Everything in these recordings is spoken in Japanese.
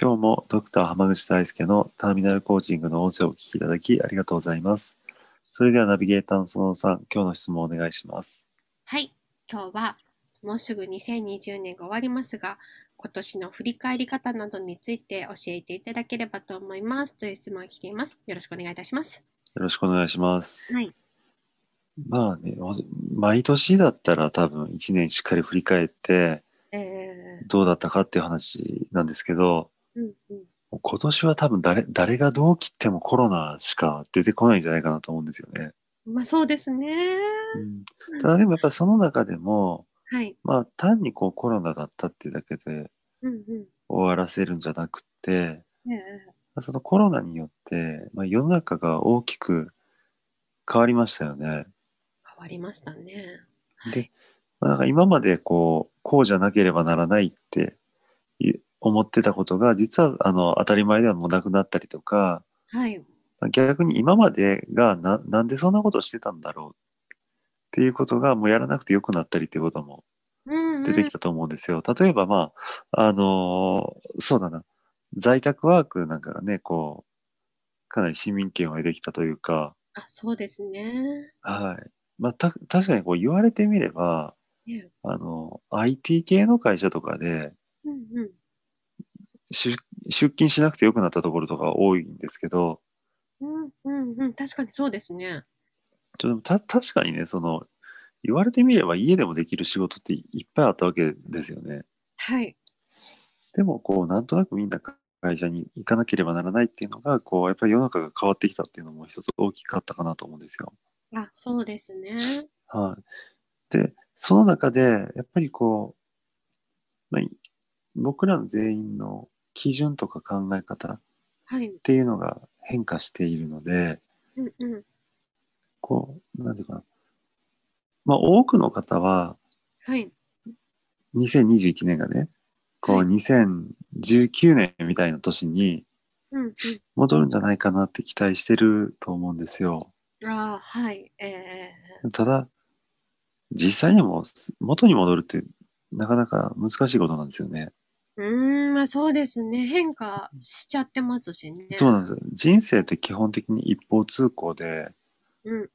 今日もドクター浜口大輔のターミナルコーチングの音声をお聞きいただきありがとうございますそれではナビゲーターのそのさん今日の質問をお願いしますはい今日はもうすぐ2020年が終わりますが今年の振り返り方などについて教えていただければと思いますという質問が来ていますよろしくお願いいたしますよろしくお願いしますはいまあね毎年だったら多分1年しっかり振り返ってえー、どうだったかっていう話なんですけどうんうんもう今年は多分誰誰がどう切ってもコロナしか出てこないんじゃないかなと思うんですよね、まあそうですねうん、ただでもやっぱりその中でもはいまあ単にこうコロナだったっていうだけでうんう終わらせるんじゃなくってんえそのコロナによって、まあ、世の中が大きく変わりましたよね。ー、変わりましたねはでい、まあ、なんか今までこうこうじゃなければならないってい思ってたことが実はあの当たり前ではもうなくなったりとかはいまあ逆に今までがななんでそんなことしてたんだろうっていうことがもうやらなくてよくなったりっていうこともうんうん出てきたと思うんですよ。例えばまあ、あのーそうだな、在宅ワークなんかがね、こう、かなり市民権を得てきたというか、あそうですねはい。まあ、た確かにこう言われてみれば、ねあの、IT 系の会社とかでうんうん出出勤しなくてよくなったところとか多いんですけど、うんうんうん、確かにそうですね。ちょっとた確かにね、その、言われてみれば家でもできる仕事っていっぱいあったわけですよね。はい。でもこうなんとなくみんな会社に行かなければならないっていうのがこうやっぱり世の中が変わってきたっていうのも一つ大きかったかなと思うんですよ。あ、そうですね。はい、でその中でやっぱりこう、まあ、い僕らの全員の基準とか考え方っはい。ていうのが変化しているのでうんうん。こうなんていうかな、まあ、多くの方ははい。 2021年がねこうはい2019年みたいな年にうん戻るんじゃないかなって期待してると思うんですよ。うん。あーはい。ええただ、実際にはもう元に戻るってなかなか難しいことなんですよね。うーん、まあそうですね。変化しちゃってますしね。そうなんですよ。人生って基本的に一方通行で、うんうん。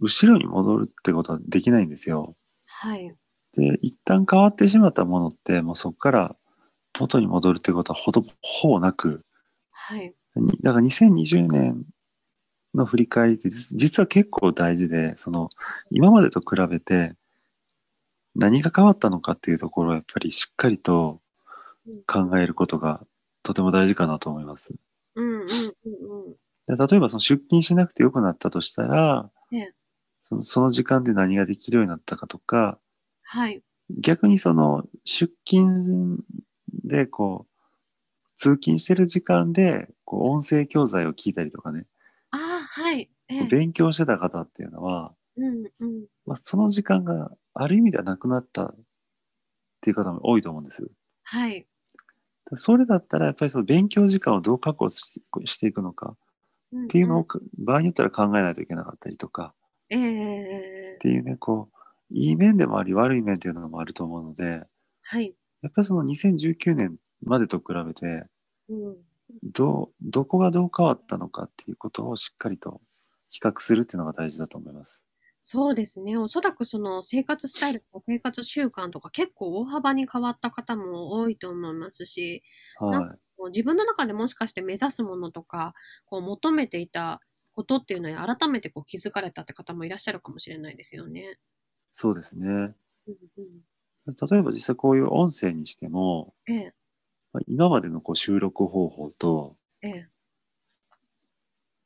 後ろに戻るってことはできないんですよ。はい。で、一旦変わってしまったものって、もうそこから元に戻るってことはほとほぼなく、はい。にだから2020年の振り返りって実実は結構大事でその今までと比べて何が変わったのかっていうところをやっぱりしっかりと考えることがとても大事かなと思います。うんうんうんうん。で例えばその出勤しなくてよくなったとしたら、ええそのその時間で何ができるようになったかとかはい。逆にその出勤でこう通勤してる時間でこう音声教材を聞いたりとかねあーはい。ええ勉強してた方っていうのは、うんうん。まあ、その時間がある意味ではなくなったっていう方も多いと思うんです。はい。それだったらやっぱりその勉強時間をどう確保ししていくのかっっていうのを、場合によったら考えないといけなかったりとかええっていうねこういい面でもあり悪い面っていうのもあると思うのではい。やっぱりその2019年までと比べてうん。どうどこがどう変わったのかっていうことをしっかりと比較するっていうのが大事だと思います。そうですね。おそらくその生活スタイルとか生活習慣とか結構大幅に変わった方も多いと思いますし、はいこう自分の中でもしかして目指すものとか、こう求めていたことっていうのに改めてこう気づかれたって方もいらっしゃるかもしれないですよね。そうですね。うんうん例えば実際こういう音声にしても、えまあ今までのこう収録方法と、え、ええ、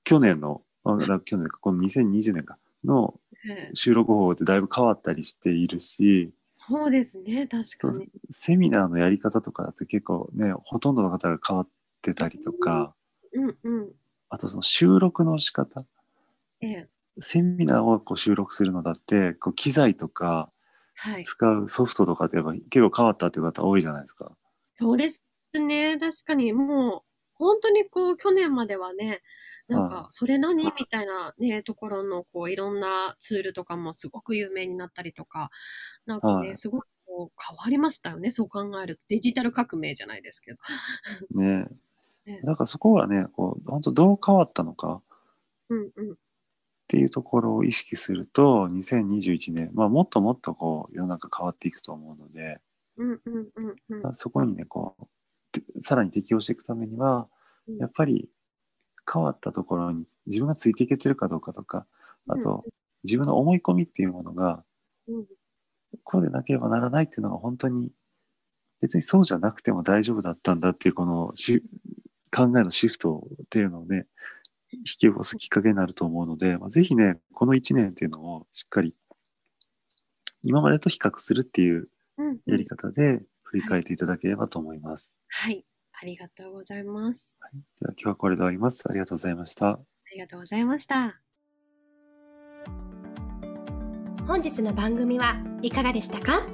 去年の、あだから去年か、この2020年かのええ、収録方法ってだいぶ変わったりしているし、そうですね確かにセミナーのやり方とかだと結構ね、ほとんどの方が変わってたりとか、うんうんあとその収録の仕方、ええセミナーをこう収録するのだって、こう機材とかはい使うソフトとかってやっぱ結構変わったっていう方多いじゃないですか。そうですね確かにもう本当にこう去年まではねなんかはそれ何みたいなねところのこういろんなツールとかもすごく有名になったりとかなんかはねいすごくこう変わりましたよねそう考えるとデジタル革命じゃないですけどねね。だからそこはね、こう本当どう変わったのかっうんうんていうところを意識すると、2021年、まあもっともっとこう世の中変わっていくと思うので、うんうんうんうんそこにね、こう、てさらに適応していくためにはうん、やっぱり変わったところに自分がついていけてるかどうかとか、あと、自分の思い込みっていうものが、うんこうでなければならないっていうのが本当に、別にそうじゃなくても大丈夫だったんだっていう、このし考えのシフトっていうのをね、引き起こすきっかけになると思うので、まあ、ぜひね、この1年っていうのをしっかり、今までと比較するっていううんうやんり方で振り返っていただければと思います。はいありがとうございますでは今日はこれで終わります。ありがとうございました。ありがとうございました本日の番組はいかがでしたか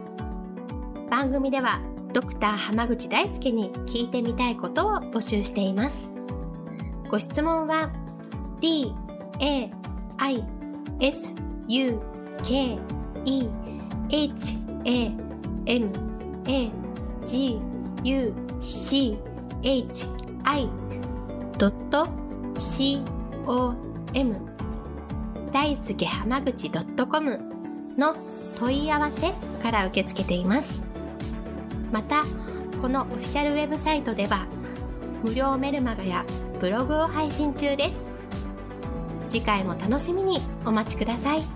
番組ではドクター濱口大輔に聞いてみたいことを募集していますご質問は d a i s u k e h a m a g u c h i c o m 大輔濱口 .com の問い合わせから受け付けていますまたこのオフィシャルウェブサイトでは無料メルマガやブログを配信中です次回も楽しみにお待ちください